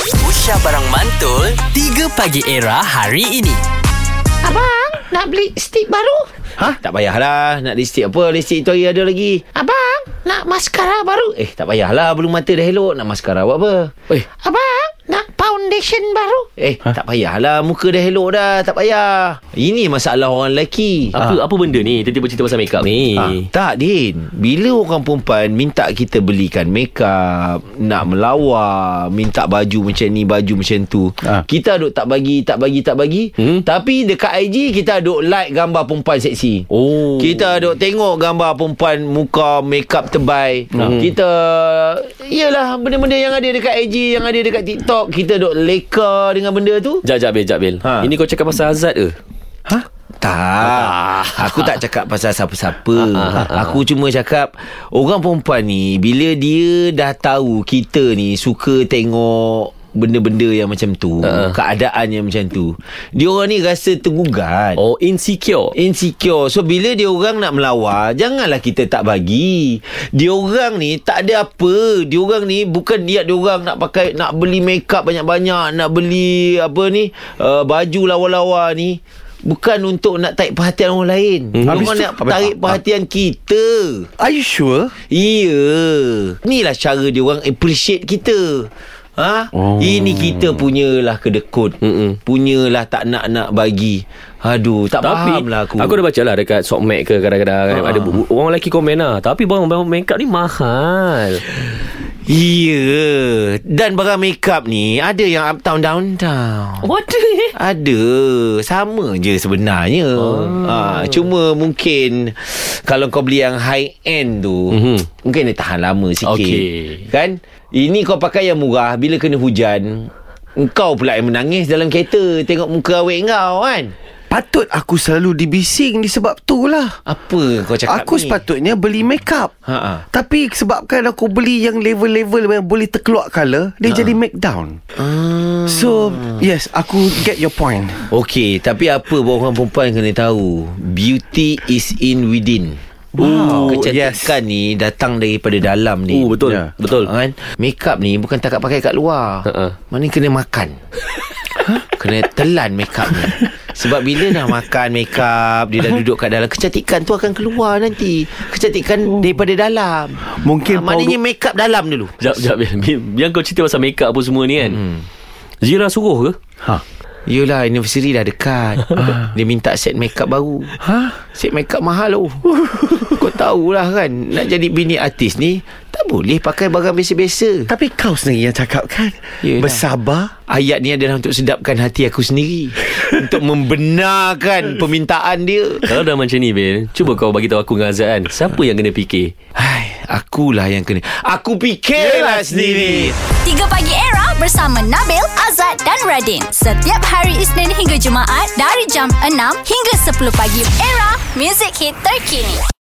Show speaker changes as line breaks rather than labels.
Aisyah Barang Mantul 3 Pagi Era hari ini
Abang, nak beli stick baru?
Ha? Tak payahlah Nak lipstick apa Lipstick tu hari ada lagi
Abang, nak maskara baru?
Eh tak payahlah Belum mata dah elok Nak maskara buat apa Eh
Abang, nak foundation baru?
Eh ha? tak payahlah Muka dah elok dah Tak payah Ini masalah orang lelaki
Apa ha. apa benda ni? Tiba-tiba cerita pasal makeup ni.
Ah, tak Din Bila orang perempuan Minta kita belikan makeup Nak melawar Minta baju macam ni Baju macam tu
Ah.
Kita duk tak bagi Tak bagi tak bagi hmm? Tapi dekat IG Kita duk like gambar perempuan seksi
Oh.
Kita duk tengok gambar perempuan Muka makeup tebai hmm. Kita Yelah benda-benda yang ada dekat IG Yang ada dekat TikTok Kita duk leka dengan benda tu
Jap, jap, Bil, jap, Bil. Ha.
Ha.
Ini kau cakap pasal Azad ke?
Ha? Tak. Aku tak cakap pasal siapa-siapa. Aku cuma cakap orang perempuan ni bila dia dah tahu kita ni suka tengok benda-benda yang macam tu, keadaan yang macam tu. Dia orang ni rasa tergugat.
Oh, insecure.
Insecure So bila dia orang nak melawar Janganlah kita tak bagi Dia orang ni tak ada apa Dia orang ni bukan dia dia orang nak pakai Nak beli makeup banyak-banyak Nak beli apa ni uh, Baju lawa-lawa ni Bukan untuk nak tarik perhatian orang lain hmm.
Habis
Orang
tu-
nak tarik
habis-
perhatian kita
Are you sure?
Iya Inilah cara dia orang appreciate kita Ha? Oh. Ini kita punyalah kedekut
Mm-mm.
Punyalah tak nak-nak bagi Aduh tak
Tapi
faham lah aku Ha.
Aku dah baca lah Dekat sokmed ke Kadang-kadang Ada bu- orang lelaki komen lah Tapi barang-barang makeup ni mahal
Ya Dan barang makeup ni Ada yang uptown downtown
What? Eh?
Ada Sama je sebenarnya
Ah.
ha, Cuma mungkin Kalau kau beli yang high end tu
Mhm.
Mungkin dia tahan lama sikit
Okey.
Kan Ini kau pakai yang murah Bila kena hujan Engkau pula yang menangis dalam kereta Tengok muka awek kau kan
Patut aku selalu dibising disebab tu lah.
Apa kau cakap
Aku
ni?
sepatutnya beli makeup.
Ha-ha.
Tapi sebabkan aku beli yang level-level yang boleh terkeluar colour, dia jadi make down. Ah. So, yes, aku get your point.
Okey, tapi apa orang perempuan kena tahu? Beauty is in within. Oh,
Wow,
Kecantikan yes. ni datang daripada dalam ni.
Oh, betul. Betul.
Kan? Makeup ni bukan tak pakai kat luar.
Ha-ha.
Mana kena makan. kena telan makeup ni. Sebab bila dah makan makeup, dia dah duduk kat dalam, kecantikan tu akan keluar nanti. Kecantikan oh. daripada dalam. ha,
Mungkin
maknanya makeup dalam dulu.
Jap, jap Bil. Bil, Yang kau cerita pasal makeup apa semua ni kan
Hmm.
Zira suruh ke?
Ha.
Yelah anniversary dah dekat Dia minta set makeup baru
Ha?
Set makeup mahal oh. Kau tahulah kan Nak jadi bini artis ni Tak boleh pakai barang biasa-biasa
Tapi kau sendiri yang cakap kan?
Yelah.
Bersabar.
Ayat ni adalah untuk sedapkan hati aku sendiri Untuk membenarkan permintaan dia
Kalau dah macam ni Bil Cuba kau bagi tahu aku dengan Azad kan Siapa yang kena fikir?
Hai, akulah yang kena Aku fikirlah sendiri
3 Pagi Era bersama Nabil, Azad dan Radin. Setiap hari Isnin hingga Jumaat dari jam 6 hingga 10 pagi. Era, music hit terkini.